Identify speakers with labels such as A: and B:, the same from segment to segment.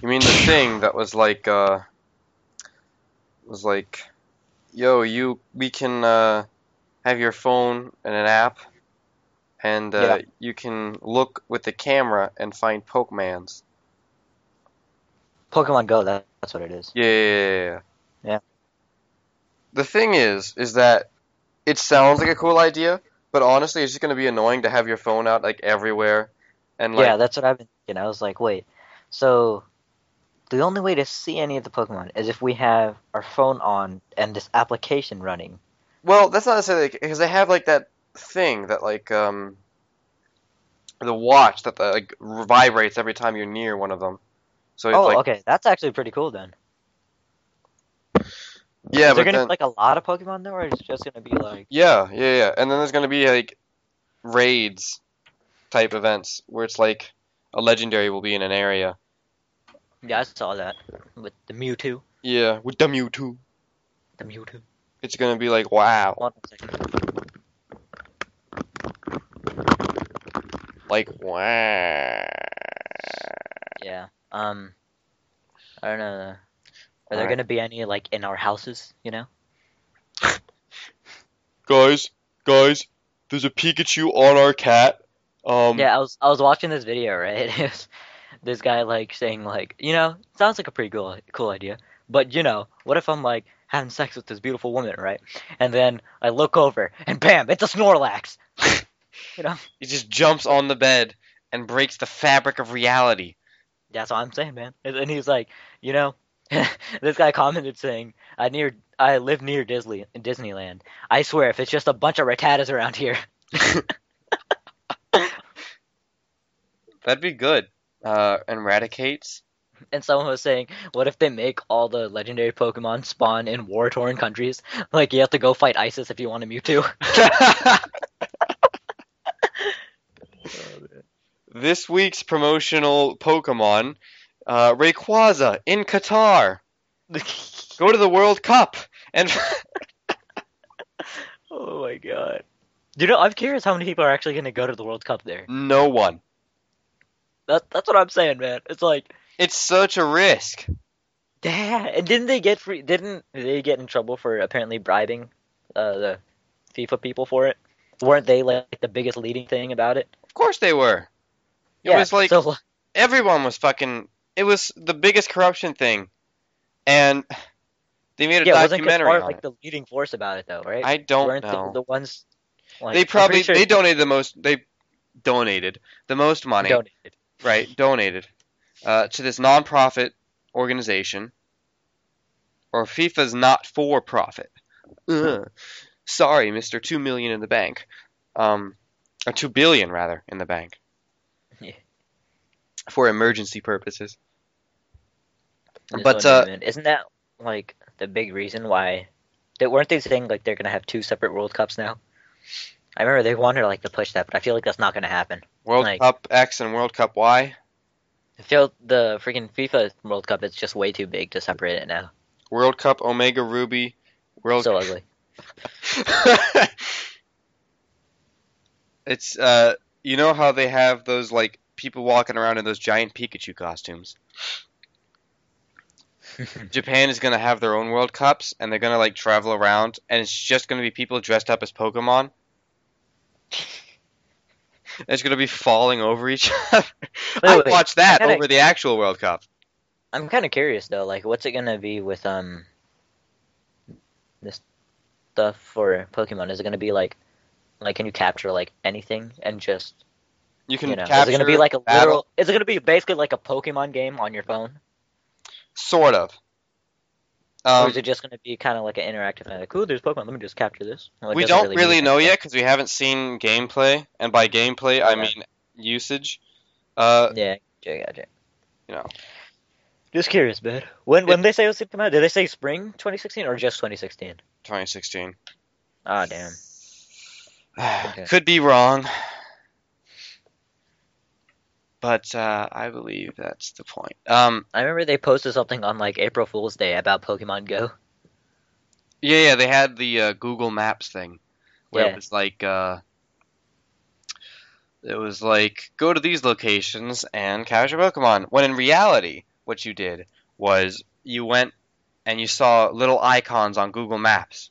A: thing that was like uh was like yo you we can uh have your phone and an app and uh
B: Yeah.
A: you can look with the camera and find pokemans
B: Pokemon Go. That, that's what it is.
A: yeah yeah, yeah, yeah.
B: Yeah.
A: the thing is is that it sounds like a cool idea but honestly it's just going to be annoying to have your phone out like everywhere and like
B: yeah, that's what I've been thinking. I was like, wait, so the only way to see any of the Pokemon is if we have our phone on and this application running.
A: Well, that's not necessarily because they have like that thing that like um the watch that like vibrates every time you're near one of them. So it's
B: Oh,
A: like
B: okay, that's actually pretty cool then.
A: yeah,
B: is there
A: but
B: gonna
A: then
B: be like a lot of Pokemon though, or is it just gonna be like
A: yeah, yeah, yeah, and then there's gonna be like raids type events where it's like a legendary will be in an area.
B: yeah, I saw that with the Mewtwo,
A: Yeah, with the Mewtwo,
B: the Mewtwo.
A: it's gonna be like wow,
B: Hold on a second.
A: like wow.
B: Yeah. Um, I don't know. Are there
A: Alright.
B: gonna be any like in our houses? You know?
A: Guys, guys, there's a Pikachu on our cat. Um,
B: Yeah, I was I was watching this video, right? It was this guy like saying like, you know, sounds like a pretty cool cool idea, but you know, what if I'm like having sex with this beautiful woman, right? And then I look over and bam, it's a Snorlax.
A: It just jumps on the bed and breaks the fabric of reality.
B: That's what I'm saying, man. And and he's like, you know, this guy commented saying, I near I live near Disney Disneyland. I swear, if it's just a bunch of rattatas around here,
A: That'd be good. Uh, eradicates.
B: and someone was saying, what if they make all the legendary Pokemon spawn in war torn countries? Like you have to go fight ISIS if you want a Mewtwo.
A: this week's promotional Pokemon, uh, Rayquaza in Qatar. Go to the World Cup and
B: oh my god. You know, I'm curious how many people are actually going to go to the World Cup there.
A: no one.
B: That, that's what I'm saying, man. It's like,
A: It's such a risk.
B: damn. And didn't they get free? Didn't they get in trouble for apparently bribing uh, the FIFA people for it? Weren't they like the biggest leading thing about it?
A: Of course they were. It was like
B: so,
A: everyone was fucking. It was the biggest corruption thing, and they made a
B: yeah, wasn't
A: documentary
B: Qatar
A: on
B: like
A: it.
B: the leading force about it though, right?
A: I don't
B: Weren't they
A: know.
B: the ones? like,
A: they
B: I'm pretty
A: probably
B: sure
A: they donated the most they donated the most money
B: donated.
A: right donated uh, to this nonprofit organization or fifa's not for profit Ugh. sorry mr 2 million in the bank um, or 2 billion rather in the bank
B: Yeah.
A: for emergency purposes
B: Just
A: But,
B: wondering,
A: uh,
B: man, isn't that like the big reason why? They, weren't they saying like they're gonna have two separate World Cups now? I remember they wanted like to push that, but I feel like that's not gonna happen.
A: world
B: Like-
A: cup x and world cup y
B: I feel the freaking FIFA World Cup is just way too big to separate it now.
A: world cup omega ruby world
B: So uh, ugly.
A: It's uh, you know how they have those like people walking around in those giant Pikachu costumes. Japan is gonna have their own World Cups, and they're gonna like travel around, and it's just gonna be people dressed up as Pokemon. And It's gonna be falling over each other.
B: Wait,
A: I
B: wait,
A: watched that
B: I gotta-
A: over the actual World Cup.
B: I'm kind of curious though, like what's it gonna be with um this stuff for Pokemon? Is it gonna be like like can you capture like anything and just
A: You can
B: you know is
A: capture
B: it gonna be like a
A: battle-
B: literal? Is it gonna be basically like a Pokemon game on your phone?
A: sort of.
B: or
A: Um,
B: is it just going to be kind of like an interactive thing? Like, ooh, there's Pokemon. Let me just capture this. Well, it
A: we
B: doesn't
A: don't really
B: mean
A: know
B: anything.
A: yet because we haven't seen gameplay, and by gameplay I
B: Yeah.
A: mean usage. Uh,
B: Yeah, yeah, gotcha.
A: You know.
B: Just curious, man. When when they say it was gonna come out, did they say spring 2016 or just 2016?
A: 2016.
B: Ah, damn. Okay.
A: Could be wrong, but uh, I believe that's the point. Um,
B: I remember they posted something on like April Fool's Day about Pokemon Go.
A: yeah, yeah, they had the uh, Google Maps thing where
B: Yeah.
A: it was like, uh, it was like, go to these locations and capture Pokemon. When in reality, what you did was you went and you saw little icons on Google Maps,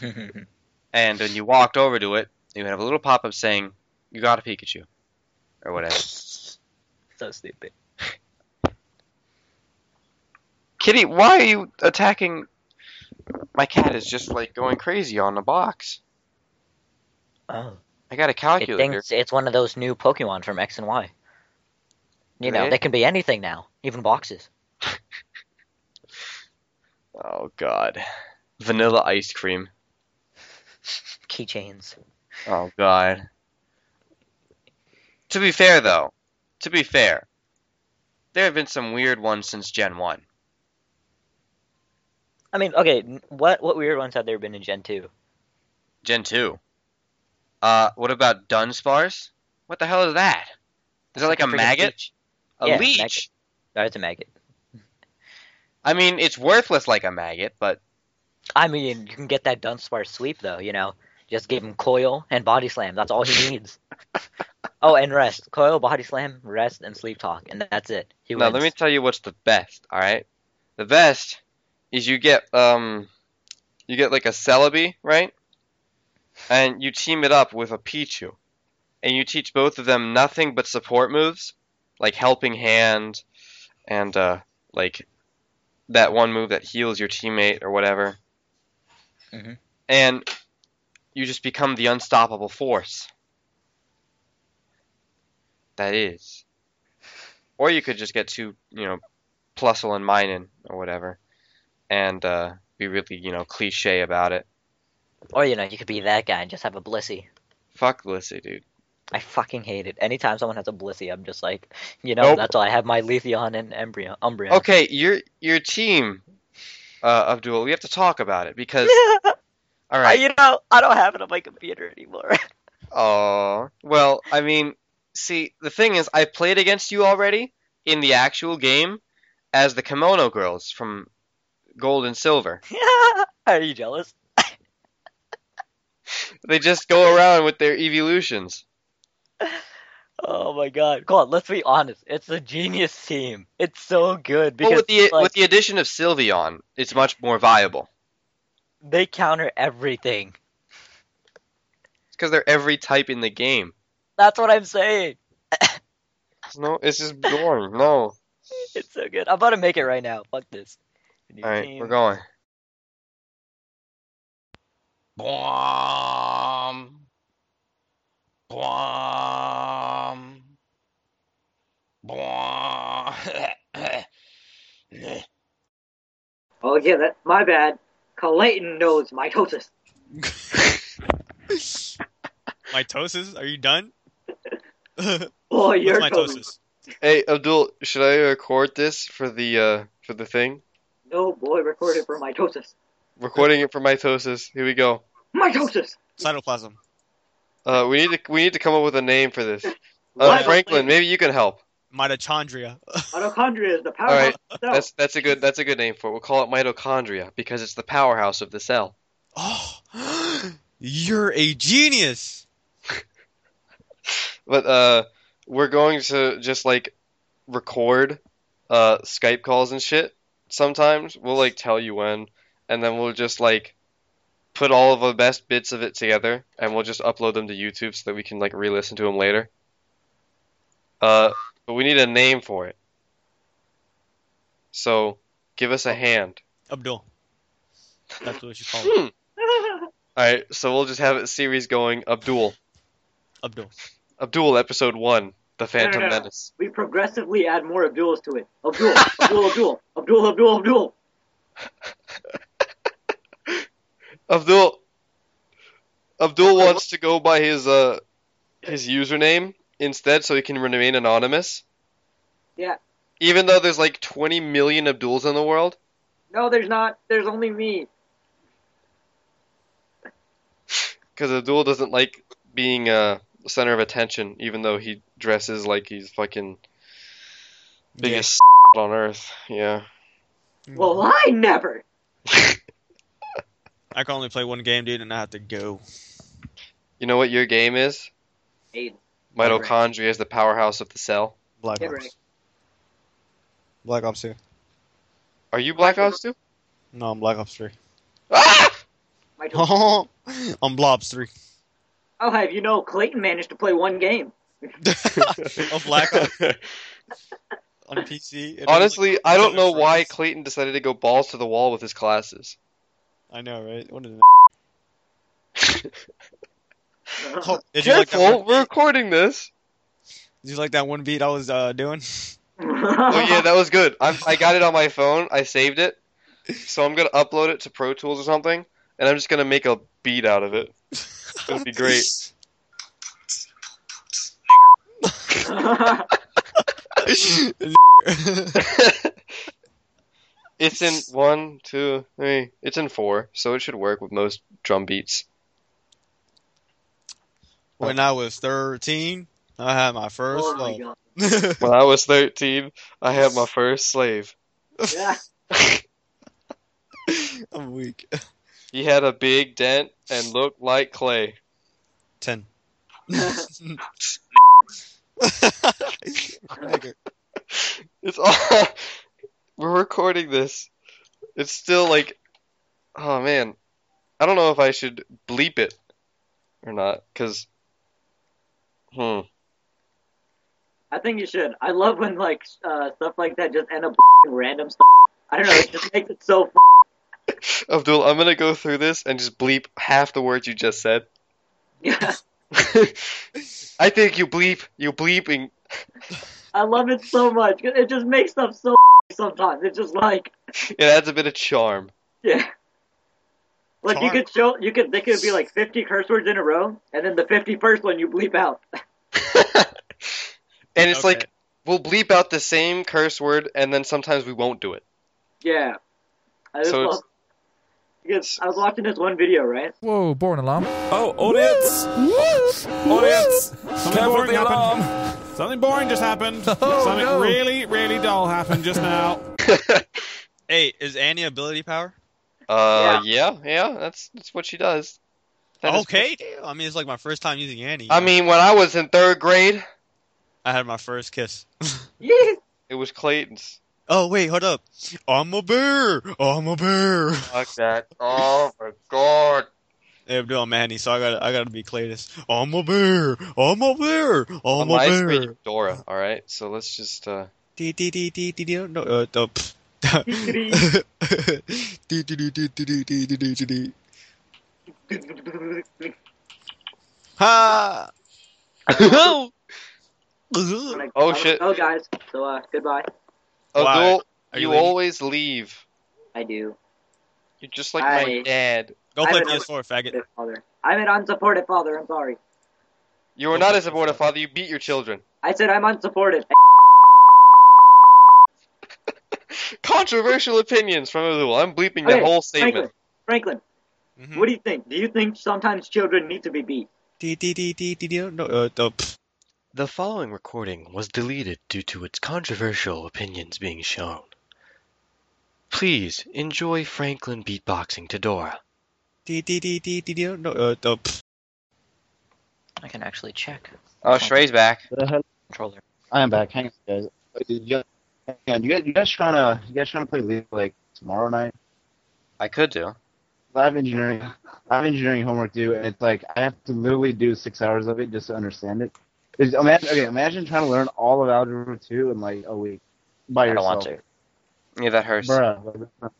A: and when you walked over to it, you would have a little pop up saying, "You got a Pikachu," or whatever.
B: so stupid.
A: Kitty, why are you attacking? My cat is just like going crazy on the box.
B: Oh.
A: I got a
B: It
A: calculator.
B: thinks it's one of those new Pokemon from X and Y. You know,
A: Right.
B: they can be anything now, even boxes.
A: Oh God, vanilla ice cream.
B: Keychains.
A: Oh God. To be fair, though, to be fair, there have been some weird ones since Gen One.
B: I mean, okay, n- what what weird ones have there been in Gen 2?
A: Gen Two. Uh, what about Dunsparce? What the hell is that? Is that like a
B: freaking
A: maggot?
B: leech.
A: A
B: Yeah,
A: leech?
B: maggot. No, it's a maggot.
A: I mean, it's worthless like a maggot, but
B: I mean, you can get that Dunsparce sweep though, you know. Just give him coil and body slam. That's all he needs. oh, and rest. Coil, body slam, rest, and sleep talk, and that's it. He
A: now
B: wins.
A: let me tell you what's the best. All right, the best is you get um, you get like a Celebi, right? And you team it up with a Pichu, and you teach both of them nothing but support moves, like Helping Hand, and uh, like that one move that heals your teammate or whatever.
B: Mhm.
A: And you just become the unstoppable force. That is. Or you could just get two, you know, Plusle and Minin or whatever, and uh, be really, you know, cliche about it.
B: Or you know, you could be that guy and just have a blissey.
A: Fuck Lissy, dude.
B: I fucking hate it. Anytime someone has a blissey, I'm just like, you know,
A: Nope.
B: that's why I have my Letheon and Embryo Umbreon.
A: Okay, your your team uh, of Duel. We have to talk about it because all
B: I-
A: right.
B: you know, I don't have it on my computer anymore.
A: Oh well, I mean, see, the thing is, I played against you already in the actual game as the Kimono Girls from Gold and Silver.
B: Are you jealous?
A: They just go around with their evolutions.
B: Oh my god. God, let's be honest. It's a genius team. It's so good because
A: well, with the
B: like,
A: with the addition of Sylveon, it's much more viable.
B: they counter everything.
A: It's because they're every type in the game.
B: That's what I'm saying.
A: It's No, it's just boring. No.
B: It's so good. I'm about to make it right now. Fuck this. New
A: All right,
B: team.
A: we're going.
C: Blom. Blom. Blom.
D: Oh yeah, that my bad. Clayton knows mitosis.
E: Mitosis? Are you done? What's
D: Oh, you're totally-
E: mitosis?
A: Hey, Abdul, should I record this for the uh for the thing?
D: No Oh, boy recorded for mitosis.
A: Recording it for mitosis. Here we go.
D: Mitosis.
E: Cytoplasm.
A: Uh, we need to we need to come up with a name for this. Uh,
D: What?
A: Franklin, maybe you can help.
E: Mitochondria.
D: Mitochondria is the
A: All right,
D: powerhouse of the cell.
A: that's that's a good that's a good name for it. We'll call it mitochondria because it's the powerhouse of the cell.
E: Oh, you're a genius.
A: But uh, we're going to just like record uh Skype calls and shit. Sometimes we'll like tell you when, and then we'll just like put all of the best bits of it together, and we'll just upload them to YouTube so that we can like re-listen to them later. Uh, but we need a name for it. So give us a hand.
E: Abdul. That's what you should call him.
A: Hmm. All right, so we'll just have it series going. Abdul,
E: Abdul.
A: Abdul, episode one, The Phantom
D: no, no.
A: Menace.
D: we progressively add more Abduls to it. Abdul, Abdul, Abdul, Abdul, Abdul, Abdul.
A: Abdul Abdul wants to go by his uh his username instead so he can remain anonymous.
D: Yeah.
A: Even though there's like 20 million Abduls in the world.
D: No, there's not. There's only me.
A: Because Abdul doesn't like being uh, center of attention, even though he dresses like he's fucking biggest on earth. Yeah.
E: Yeah. Hmm.
D: Well, I never.
E: I can only play one game, dude, and I have to go.
A: You know what your game is?
D: Aiden,
B: Correct.
A: Mitochondria is the powerhouse of the cell.
E: Black
D: Get ready.
E: Black Ops 2.
A: Are you Black Ops 2?
E: No, I'm Black Ops 3.
A: Ah!
D: My turn.
E: I'm Blobs 3.
D: I'll have you know, Clayton managed to play one game.
E: of Black Ops on PC. and
A: Honestly,
E: it's like-
A: I don't know why
E: friends.
A: Clayton decided to go balls to the wall with his classes.
E: I know, right? What an
D: Uh-huh.
E: did you like that?
A: Careful,
E: One,
A: we're recording this.
E: did you like that one beat I was uh, doing?
A: Oh yeah, that was good. I'm, I got it on my phone. I saved it, so I'm gonna upload it to Pro Tools or something, and I'm just gonna make a beat out of it. It'd be great.
D: Oh
A: it's in one, two, three. It's in four, so it should work with most drum beats.
E: when I was 13, I had my first
D: oh my
E: love.
D: god.
A: When I was 13, I had my first slave.
D: Yeah.
E: I'm weak.
A: He had a big dent and looked like clay.
E: 10.
A: It's all. We're recording this. It's still like, oh man, I don't know if I should bleep it or not. Cause, hmm,
D: I think you should. I love when like uh, stuff like that just end up random stuff. I don't know. It just makes it so.
A: Abdul, I'm gonna go through this and just bleep half the words you just said.
D: Yeah.
A: I think you bleep, you bleeping.
D: I love it so much. 'cause It just makes stuff so sometimes. It's just like
A: It adds a bit of charm.
D: yeah. Like you
E: Charm.
D: could show, you could. They could be like fifty curse words in a row, and then the fifty-first one you bleep out.
A: And it's
E: Okay.
A: like we'll bleep out the same curse word, and then sometimes we won't do it.
D: Yeah. I just
A: So it's-
D: love. Because I was watching this one video, right?
F: Whoa, born alarm.
G: Oh, audience! Audience! Careful with
H: boring
G: the
H: happened.
G: alarm!
H: Something boring just happened.
F: Oh,
H: Something
F: no.
H: really, really dull happened just now.
E: hey, is Annie ability power?
A: Uh, yeah, yeah, that's that's what she does. That is-
E: okay. I mean, it's like my first time using Annie.
A: I mean, when I was in third grade,
E: I had my first kiss.
D: Yeah.
A: it was Clayton's.
E: Oh wait, hold up. I'm a bear. I'm a bear.
A: Fuck that. Oh my god.
E: Hey, I'm doing Manny, so I gotta, I gotta be Cletus. I'm a bear. I'm a bear.
A: On
E: I'm
A: my
E: a bear.
A: screen, Dora. All right, so let's just. uh
E: Dee dee dee dee dee dee. No, uh, the. Dee dee dee dee dee dee dee dee dee dee dee.
D: Oh,
E: Ha!
A: Abdul, Oh,
D: I'm
A: shit.
D: Oh guys. So uh, goodbye.
E: Why? Are you
A: you
E: leaving?
A: always leave.
D: I do.
A: You're just like my
D: I-
A: dad.
E: Go
D: I
E: play
D: have another-
E: PS4, faggot.
D: Father. I'm an unsupported father. I'm sorry.
A: You are not a supportive father. You beat your children.
D: I said I'm unsupported.
A: Controversial opinions from Abdul. I'm bleeping the
D: Okay,
A: whole
D: Franklin.
A: statement. Mm-hmm.
D: Franklin.
E: Mhm.
D: What do you think? Do you think sometimes children need to be beat?
E: Dee dee dee dee dee dee. No, uh, the.
I: The following recording was deleted due to its controversial opinions being shown. Please enjoy Franklin beatboxing to Dora.
E: Dee dee dee dee dee dee. No, uh, the.
B: I can actually check
A: Oh, Shrey's back.
B: controller.
J: I am back. Hang on, guys. Wait, did Oh, you, hang on, you guys, you guys trying to, you guys trying to play League like tomorrow night?
A: I could do.
J: I have engineering, I have engineering homework due, and it's like I have to literally do six hours of it just to understand it. Is, imagine, okay, imagine trying to learn all of Algebra two in like a week by
B: I don't
J: yourself.
B: want to.
A: Yeah, that hurts.
J: Bruh, like, that's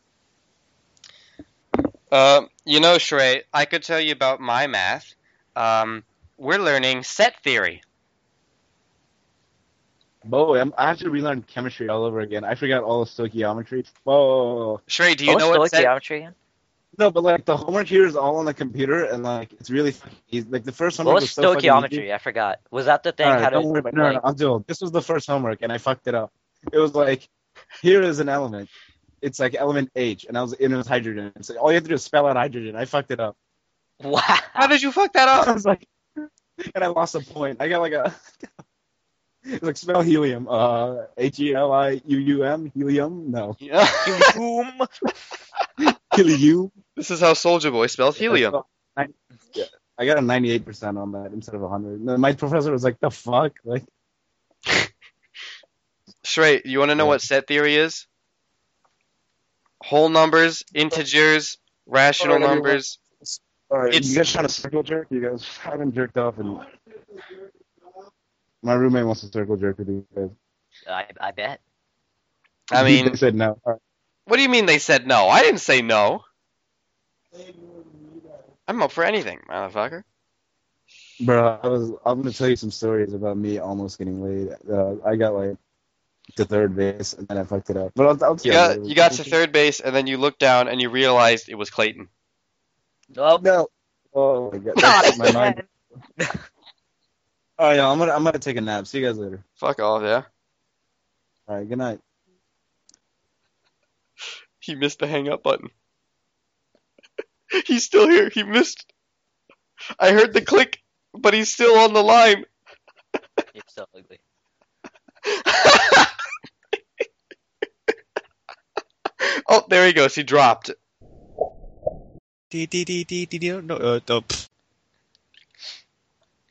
A: Um, you know, Shrey, I could tell you about my math. Um, we're learning set theory.
J: not- Boy, I'm, I have to relearn chemistry all over again. I forgot all of stoichiometry. Oh
A: Shrey, do you know
B: oh,
A: what
B: like
A: set?
B: geometry again?
J: no, but like the homework here is all on the computer, and like it's really fucking easy. Like the first
B: What was
J: homework was so fucking easy.
B: stoichiometry? I forgot. Was that the thing?
J: Alright,
B: how to,
J: don't worry about it. No, no,
B: like-
J: no, Abdul, this was the first homework, and I fucked it up. It was like, here is an element. It's like element H, and I was and it was hydrogen. It's like, all you have to do is spell out hydrogen. I fucked it up.
A: How
B: Wow.
A: did you fuck that
J: I
A: up?
J: was like, and I lost a point. I got like a, it was like spell helium. Uh, H E L I U U M helium. No,
A: Yeah.
B: Boom.
J: helium.
A: this is how Soldier Boy spells helium.
J: I, yeah, I got a ninety-eight percent on that instead of hundred. My professor was like, the fuck, like.
A: Shrey, you want to know what set theory is? whole numbers, integers, rational
J: Alright, everyone.
A: numbers.
J: All right,
A: It's-
J: you guys trying to circle jerk? You guys haven't jerked off, and my roommate wants to circle jerk with you guys.
B: I, I bet.
A: I
J: they
A: mean,
J: said no. All right.
A: what do you mean they said no? I didn't say no. I'm up for anything, motherfucker.
J: Bro, I was. I'm gonna tell you some stories about me almost getting laid. Uh, I got like to third base and then I fucked it up. But I'll, I'll
A: You
J: tell
A: got, you got to third base, and then you looked down and you realized it was Clayton.
B: Oh,
J: No. Oh my god.
B: Not
J: That's my mind. All right, y'all. I'm gonna. I'm gonna take a nap. See you guys later.
A: Fuck off, yeah.
J: All right. Good night.
A: He missed the hang up button. he's still here. He missed. I heard the click, but he's still on the line.
B: you're so ugly.
A: oh, there he goes. He dropped.
E: Dee, dee, dee, dee, dee, dee, no, uh, the- pff.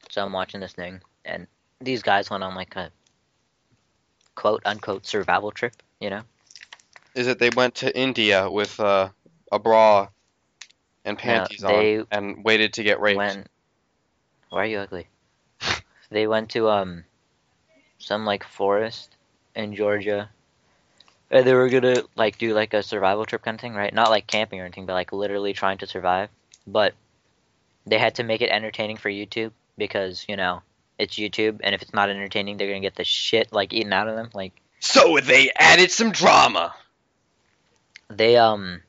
B: So I'm watching this thing, and these guys went on like a quote unquote survival trip, you know?
A: Is that they went to India with uh, a bra and panties
B: they
A: on and waited to get raped.
B: Went. Why are you ugly? they went to um, some like forest in Georgia. And they were gonna like do like a survival trip kind of thing, right? Not like camping or anything, but like literally trying to survive. But they had to make it entertaining for YouTube because you know it's YouTube, and if it's not entertaining, they're gonna get the shit like eaten out of them. Like
A: So they added some drama.
B: they um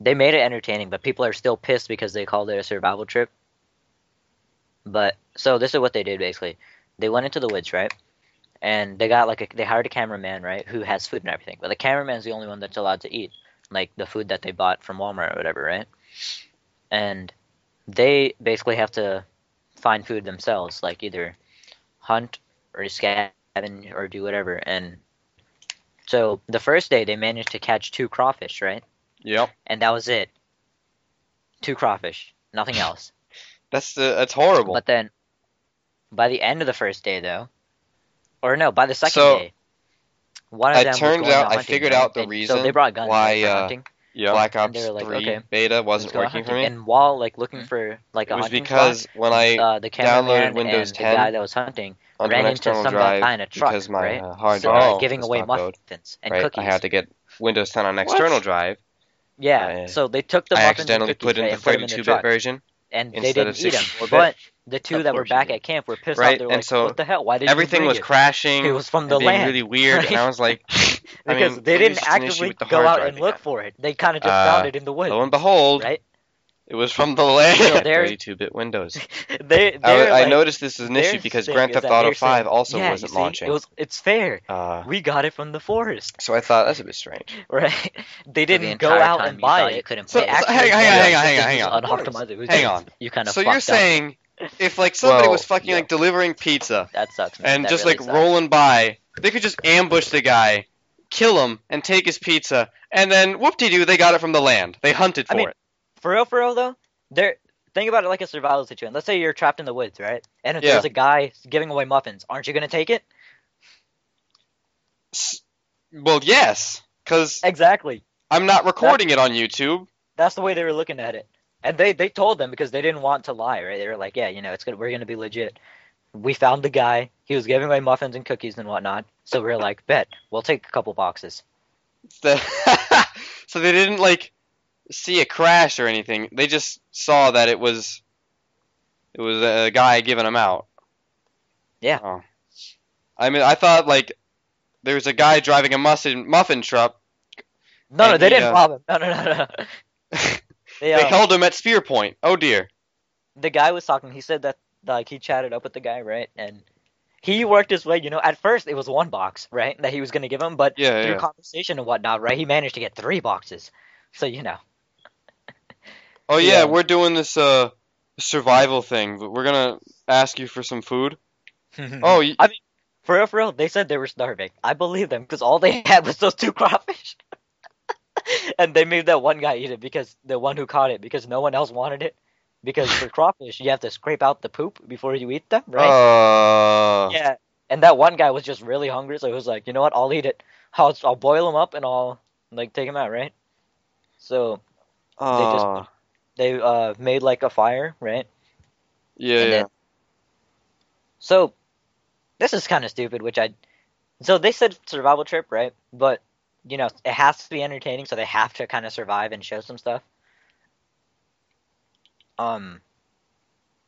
B: they made it entertaining, but people are still pissed because they called it a survival trip. But so this is what they did basically. They went into the woods, right? And they got like a, they hired a cameraman, right, who has food and everything. But the cameraman's the only one that's allowed to eat like the food that they bought from Walmart or whatever, right? And they basically have to find food themselves, like either hunt or scavenge or do whatever. And so the first day they managed to catch two crawfish, right?
A: Yep.
B: and that was it. Two crawfish, nothing else.
A: That's the that's horrible.
B: But then, by the end of the first day, though, or no, by the second
A: So,
B: day, one of
A: it
B: them. was
A: turned
B: going
A: out- I
B: hunting,
A: figured
B: right?
A: out the
B: And So they
A: reason
B: brought guns
A: why,
B: right, for
A: uh,
B: hunting.
A: yeah. Black
B: And
A: Ops
B: they were like,
A: 3
B: okay,
A: beta
B: Let's
A: wasn't
B: go
A: working for
B: hunting.
A: me. Mm-hmm.
B: And while like looking for like a
A: it was
B: hunting
A: because when I
B: spot, uh, the cameraman
A: Windows
B: and
A: 10
B: the guy that was hunting
A: onto
B: ran
A: an
B: into
A: external
B: some
A: drive
B: guy in a truck,
A: because my
B: right?
A: uh, hard
B: So,
A: drive
B: uh, giving
A: was
B: away
A: not code,
B: muffins and
A: right?
B: cookies.
A: I had to get Windows 10 on an
B: What?
A: external drive.
B: yeah,
A: I-
B: so they took the
A: I
B: muffins and
A: accidentally
B: cookies
A: put in
B: right,
A: the
B: and put them in the
A: 32-bit
B: truck.
A: version.
B: and they
A: instead of
B: didn't eat them.
A: 64-bit.
B: But the two
A: Of
B: that were
A: course you
B: back
A: did.
B: at camp were pissed
A: Right,
B: off. They were
A: and
B: like,
A: so
B: "What the hell? Why did
A: Everything
B: you bring
A: was
B: it?
A: crashing
B: It was from
A: and
B: the
A: being
B: land."
A: really weird, and I was like, I mean,
B: because they
A: maybe it's
B: didn't
A: just an issue
B: actively
A: with the
B: go
A: hard
B: out
A: drive
B: and
A: I
B: look
A: got.
B: for it. They kind of just
A: Uh,
B: found it in the woods,
A: Lo and behold,
B: right?
A: it was from the land
B: So
A: of
B: they're-
A: 32-bit Windows.
B: they,
A: I,
B: they're
A: I
B: like,
A: noticed this is an
B: their
A: issue because
B: thing
A: Grand
B: is
A: Theft
B: that
A: Auto
B: they're
A: 5
B: saying,
A: also
B: yeah, you
A: wasn't
B: see,
A: launching.
B: It was, it's fair.
A: uh,
B: We got it from the forest,
A: so I thought that's a bit strange.
B: right?
F: So the
B: They didn't go
F: entire
B: out
F: time
B: and
F: you
B: buy
F: thought
B: it.
F: You couldn't
A: So-
F: play
B: they
A: so
F: it.
B: actually
A: hang on, hang on,
B: bought
A: hang on, hang
B: it. It was
A: on.
B: unoptimized. It was
A: Hang
B: just-
A: on.
B: You kind of
A: So
B: fucked
A: you're
B: up.
A: saying if like somebody
B: Well,
A: was fucking
B: yeah.
A: like delivering pizza
B: that sucks. man.
A: and
B: That
A: just
B: really
A: like
B: sucks.
A: rolling by, they could just ambush the guy, kill him, and take his pizza, and then whoop de doo, they got it from the land. They hunted
B: I
A: for
B: mean-
A: it.
B: For real, for real though, there. Think about it like a survival situation. Let's say you're trapped in the woods, right? And if
A: Yeah.
B: there's a guy giving away muffins, aren't you gonna take it?
A: S- Well, yes, because
B: Exactly.
A: I'm not recording it on YouTube.
B: That's the way they were looking at it. And they they told them because they didn't want to lie, right? They were like, yeah, you know, it's gonna we're gonna be legit. We found the guy. He was giving away muffins and cookies and whatnot. So we are like, bet we'll take a couple boxes.
A: The- so they didn't like see a crash or anything. They just saw that it was it was a guy giving them out.
B: Yeah.
A: Oh. I mean, I thought like there was a guy driving a muffin muffin truck.
B: No, no,
A: And
B: they
A: he,
B: didn't
A: uh,
B: rob him. No, no, no, no. They,
A: They
B: um,
A: held him at spear point. Oh dear.
B: the guy was talking. He said that like he chatted up with the guy, right? And he worked his way. You know, at first it was one box, right, that he was gonna give him, but
A: Yeah,
B: through
A: yeah.
B: conversation and whatnot, right, he managed to get three boxes. So you know,
A: Oh yeah,
B: Yeah.
A: we're doing this uh survival thing. We're gonna ask you for some food. Oh, y
B: Mm-hmm. I- for real, for real, they said they were starving. I believe them because all they had was those two crawfish, and they made that one guy eat it because the one who caught it because no one else wanted it. Because for crawfish, you have to scrape out the poop before you eat them, right?
A: uh,
B: Yeah, and that one guy was just really hungry, so he was like, you know what? I'll eat it. I'll I'll boil them up and I'll like take him out, right? So
A: Aw.
B: they uh made like a fire, right?
A: yeah,
B: and
A: yeah.
B: then- So this is kind of stupid, which I so they said survival trip, right? But you know, it has to be entertaining, so they have to kind of survive and show some stuff. Um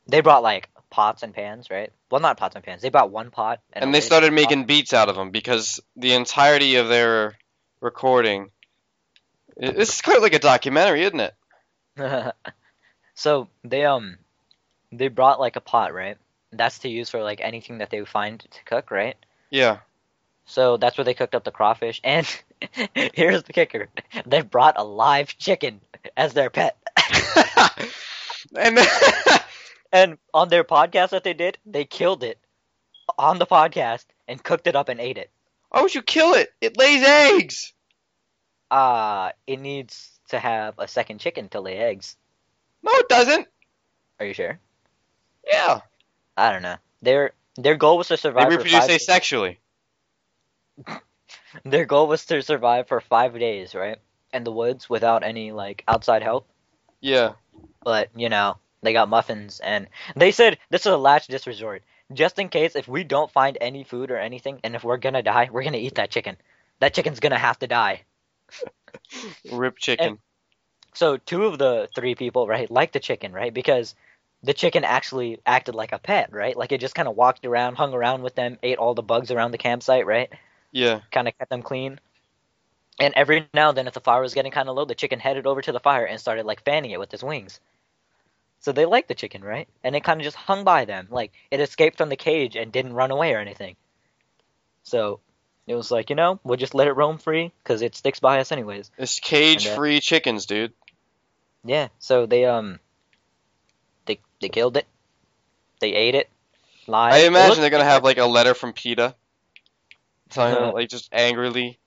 B: they brought like pots and pans, right? Well, not pots and pans. They brought one pot
A: and,
B: a
A: they
B: razor
A: started
B: pot.
A: making beats out of them because the entirety of their recording. i- This is quite like a documentary, isn't it?
B: so they um they brought like a pot, right? That's to use for like anything that they find to cook, right?
A: Yeah.
B: So that's where they cooked up the crawfish. And here's the kicker: they brought a live chicken as their pet.
A: and then-
B: And on their podcast that they did, they killed it on the podcast and cooked it up and ate it.
A: why would you kill it? It lays eggs.
B: Uh, it needs to have a second chicken to lay eggs.
A: No, it doesn't.
B: Are you sure?
A: Yeah.
B: I don't know. Their their goal was to
A: They
B: survive. for
A: reproduce
B: five
A: asexually.
B: Their goal was to survive for five days, right? In the woods without any like outside help.
A: Yeah.
B: but you know they got muffins and they said this is a last ditch resort just in case if we don't find any food or anything and if we're gonna die we're gonna eat that chicken that chicken's gonna have to die
A: Rip chicken.
B: so two of the three people right liked the chicken right because the chicken actually acted like a pet right like it just kind of walked around hung around with them ate all the bugs around the campsite right
A: Yeah.
B: kind of kept them clean and every now and then if the fire was getting kind of low the chicken headed over to the fire and started like fanning it with its wings so they liked the chicken right and it kind of just hung by them like it escaped from the cage and didn't run away or anything so it was like you know we'll just let it roam free because it sticks by us anyways
A: It's cage-free chickens, dude.
B: yeah so they um they they killed it they ate it live
A: I
B: It
A: imagine
B: looked-
A: they're gonna have like a letter from PETA, telling them like just angrily.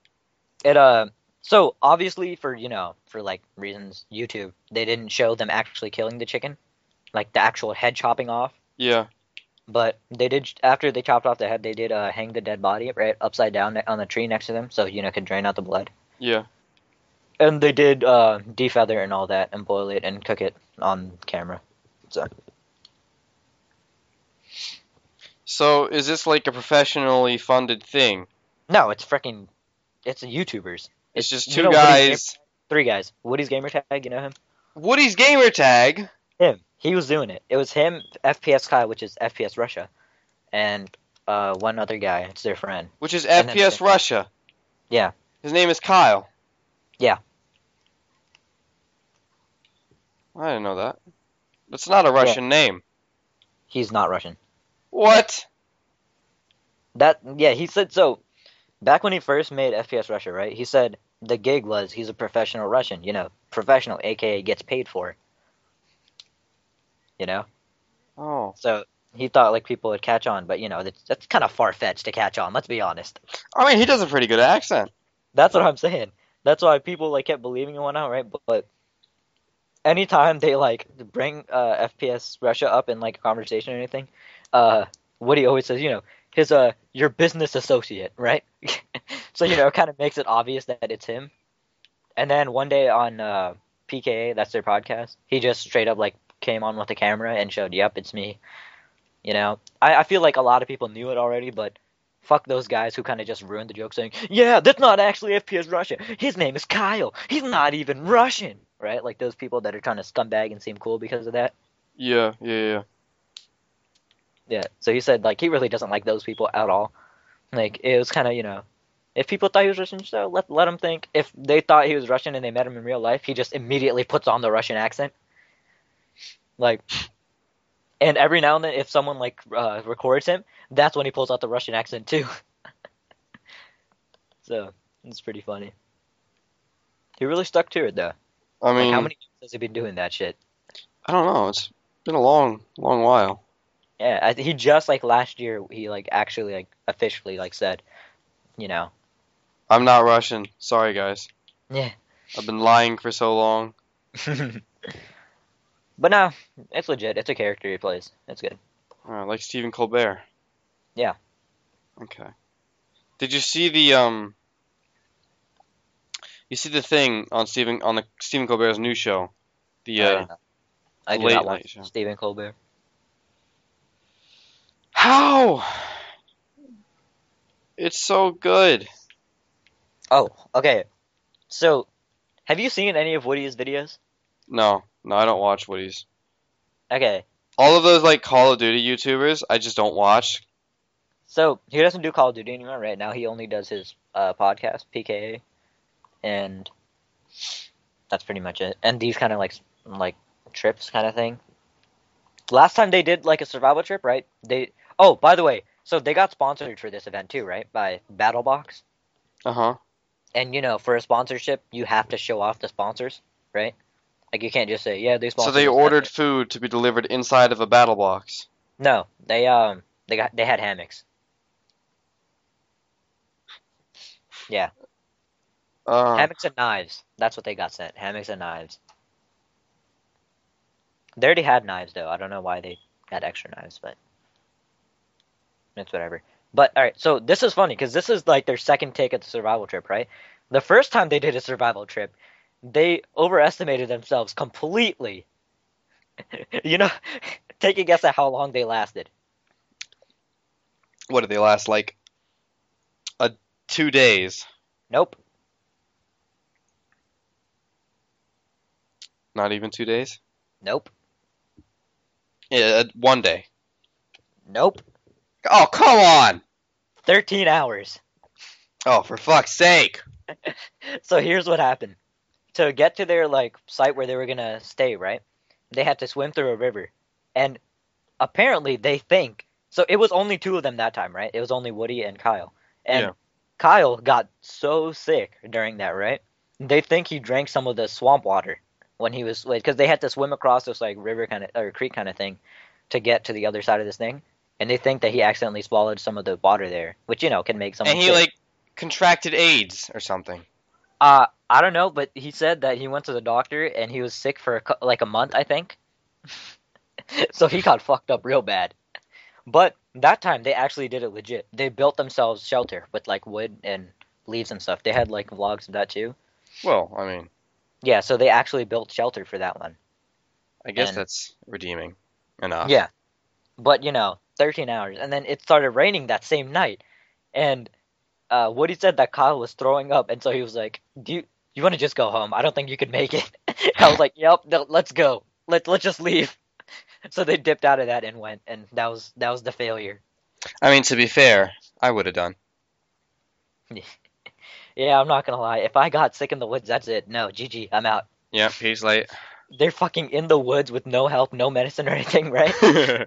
B: it uh so obviously for you know for like reasons youtube they didn't show them actually killing the chicken like the actual head chopping off
A: Yeah.
B: but they did after they chopped off the head they did uh hang the dead body right upside down on the tree next to them so you know it could drain out the blood
A: Yeah.
B: and they did uh defeather and all that and boil it and cook it on camera so
A: So is this like a professionally funded thing?
B: no it's freaking it's youtubers
A: It's just
B: you
A: two
B: know Woody's Gamer-
A: guys.
B: three guys woody's gamer tag you know him
A: Woody's gamer tag.
B: him. He was doing it. It was him, FPS Kai, which is FPS Russia, and uh, one other guy. It's their friend.
A: which is
B: And then
A: FPS
B: the-
A: Russia.
B: Yeah.
A: His name is Kyle.
B: Yeah.
A: I didn't know that. That's not a Russian name.
B: He's not Russian.
A: What?
B: That yeah. He said so. Back when he first made FPS Russia, right? He said the gig was he's a professional Russian. You know, professional, aka gets paid for. it. You know,
A: Oh.
B: so he thought like people would catch on, but you know that's, that's kind of far fetched to catch on. Let's be honest.
A: I mean, he does a pretty good accent.
B: That's what I'm saying. That's why people like kept believing in one out, right? But, but anytime they like bring uh, FPS Russia up in like a conversation or anything, uh, Woody always says, you know, his uh, your business associate, right? so you know, it kind of makes it obvious that it's him. And then one day on uh, PKA, that's their podcast, he just straight up like came on with the camera and showed, "Yep, it's me." You know, I, I feel like a lot of people knew it already, but Fuck those guys who kind of just ruined the joke saying, yeah, that's not actually FPS Russia. His name is Kyle. He's not even Russian. Right? Like those people that are trying to scumbag and seem cool because of that.
A: Yeah, yeah, yeah.
B: Yeah. So he said, like, he really doesn't like those people at all. Like, it was kind of, you know, if people thought he was Russian, so let, let him think. If they thought he was Russian and they met him in real life, he just immediately puts on the Russian accent. Like, and every now and then, if someone, like, uh, records him, that's when he pulls out the Russian accent, too. so, it's pretty funny. He really stuck to it, though.
A: I
B: Like,
A: mean,
B: how many years has he been doing that shit?
A: I don't know. It's been a long, long while.
B: Yeah, I, he just like last year he like actually like officially like said, you know,
A: I'm not Russian. Sorry, guys.
B: yeah.
A: I've been lying for so long.
B: but no, it's legit. It's a character he plays. It's good.
A: All right, like Stephen Colbert.
B: Yeah.
A: Okay. Did you see the um You see the thing on Stephen on the Stephen Colbert's new show, the
B: I
A: uh,
B: don't know. I do
A: late
B: not
A: night
B: watch
A: show.
B: Stephen Colbert.
A: How? It's so good.
B: Oh, okay. So, have you seen any of Woody's videos?
A: No, no, I don't watch Woody's.
B: Okay.
A: All of those like Call of Duty YouTubers, I just don't watch.
B: So he doesn't do Call of Duty anymore right now. He only does his uh, podcast PKA, and that's pretty much it. And these kind of like s- like trips kind of thing. Last time they did like a survival trip, right? They oh by the way, so they got sponsored for this event too, right? By BattleBox,
A: Uh huh.
B: and you know for a sponsorship you have to show off the sponsors, right? Like you can't just say yeah they
A: So
B: sponsored.
A: they
B: this
A: ordered
B: epic."
A: food to be delivered inside of a battle box.
B: No, they um they got they had hammocks.
A: Uh,
B: Hammocks and knives. That's what they got sent. Hammocks and knives. They already had knives though. I don't know why they got extra knives, but it's whatever. But all right, so this is funny because this is like their second take at the survival trip, right? The first time they did a survival trip, they overestimated themselves completely. you know, take a guess at how long they lasted.
A: what did they last like? A two days,
B: Nope,
A: not even two days.
B: nope,
A: Yeah, uh, one day.
B: nope.
A: Oh come on!
B: Thirteen hours.
A: Oh for fuck's sake!
B: so here's what happened. To get to their like site where they were gonna stay, right? They had to swim through a river, and apparently they think so. It was only two of them that time, right? It was only Woody and Kyle, and
A: Yeah.
B: Kyle got so sick during that, right? They think he drank some of the swamp water when he was because they had to swim across this like river kind of or creek kind of thing to get to the other side of this thing, and they think that he accidentally swallowed some of the water there, which you know can make someone
A: And he
B: sick.
A: like contracted AIDS or something.
B: Uh, I don't know, but he said that he went to the doctor and he was sick for a, cou- like a month, I think. so he got fucked up real bad. But that time they actually did it legit. They built themselves shelter with like wood and leaves and stuff. They had like vlogs of that too.
A: Well, I mean,
B: Yeah, so they actually built shelter for that one.
A: I guess
B: And-
A: that's redeeming enough.
B: Yeah. But, you know, 13 hours. And then it started raining that same night. And uh, Woody said that Kyle was throwing up. And so he was like, Do you, you want to just go home? I don't think you could make it. I was like, Yep, no, let's go. Let, let's just leave. So they dipped out of that and went. And that was that was the failure.
A: I mean, to be fair, I would have done.
B: Yeah, I'm not going to lie. If I got sick in the woods, that's it. No, GG, I'm out.
A: Yeah, peace late.
B: They're fucking in the woods with no help, no medicine or anything, right?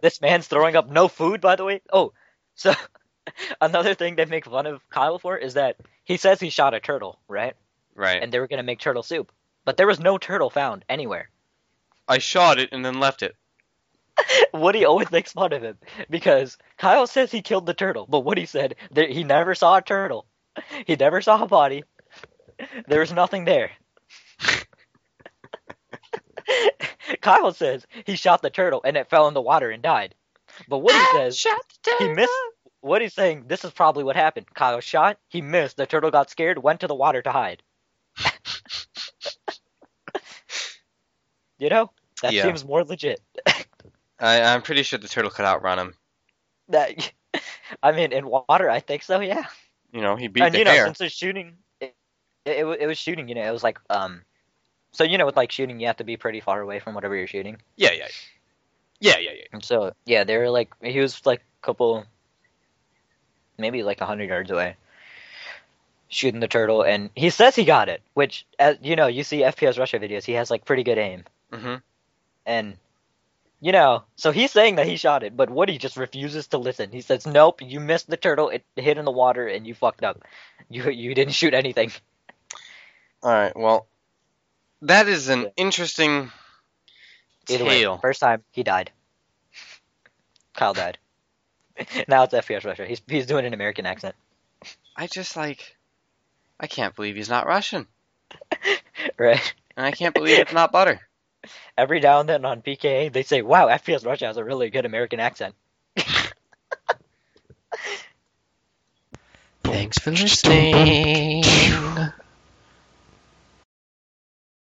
B: this man's throwing up no food, by the way. Oh, so another thing they make fun of Kyle for is that he says he shot a turtle, right?
A: right.
B: And they were gonna make turtle soup, but there was no turtle found anywhere.
A: I shot it and then left it.
B: Woody always makes fun of him because Kyle says he killed the turtle, but Woody said that he never saw a turtle. He never saw a body. There was nothing there. Kyle says he shot the turtle and it fell in the water and died. But Woody says he missed. Woody's saying this is probably what happened. Kyle shot, he missed, the turtle got scared, went to the water to hide. you know? That
A: Yeah.
B: seems more legit.
A: I, I'm pretty sure the turtle could outrun him.
B: That I mean, in water, I think so. Yeah,
A: You know, he beat
B: and
A: the
B: you know,
A: bear.
B: since they're shooting, it, it wa- it was shooting. You know, it was like um, so you know, with like shooting, you have to be pretty far away from whatever you're shooting.
A: Yeah, yeah, yeah, yeah, yeah, yeah.
B: And so yeah, they were like he was like a couple, maybe like a hundred yards away, shooting the turtle, and he says he got it. Which, as you know, you see FPS Russia videos, he has like pretty good aim,
A: yeah. hmm
B: and you know, so he's saying that he shot it, but Woody just refuses to listen. He says, "Nope, you missed the turtle. It hit in the water, and you fucked up. You you didn't shoot anything."
A: All right. Well, that is an
B: Yeah.
A: interesting
B: Either way,
A: tale.
B: first time he died. Kyle died. now it's FPS Russia. He's he's doing an American accent,
A: I just like, I can't believe he's not Russian,
B: right?
A: and I can't believe it's not butter.
B: Every now and then on PKA, they say, "Wow, FPS Russia has a really good American accent."
I: Thanks for listening.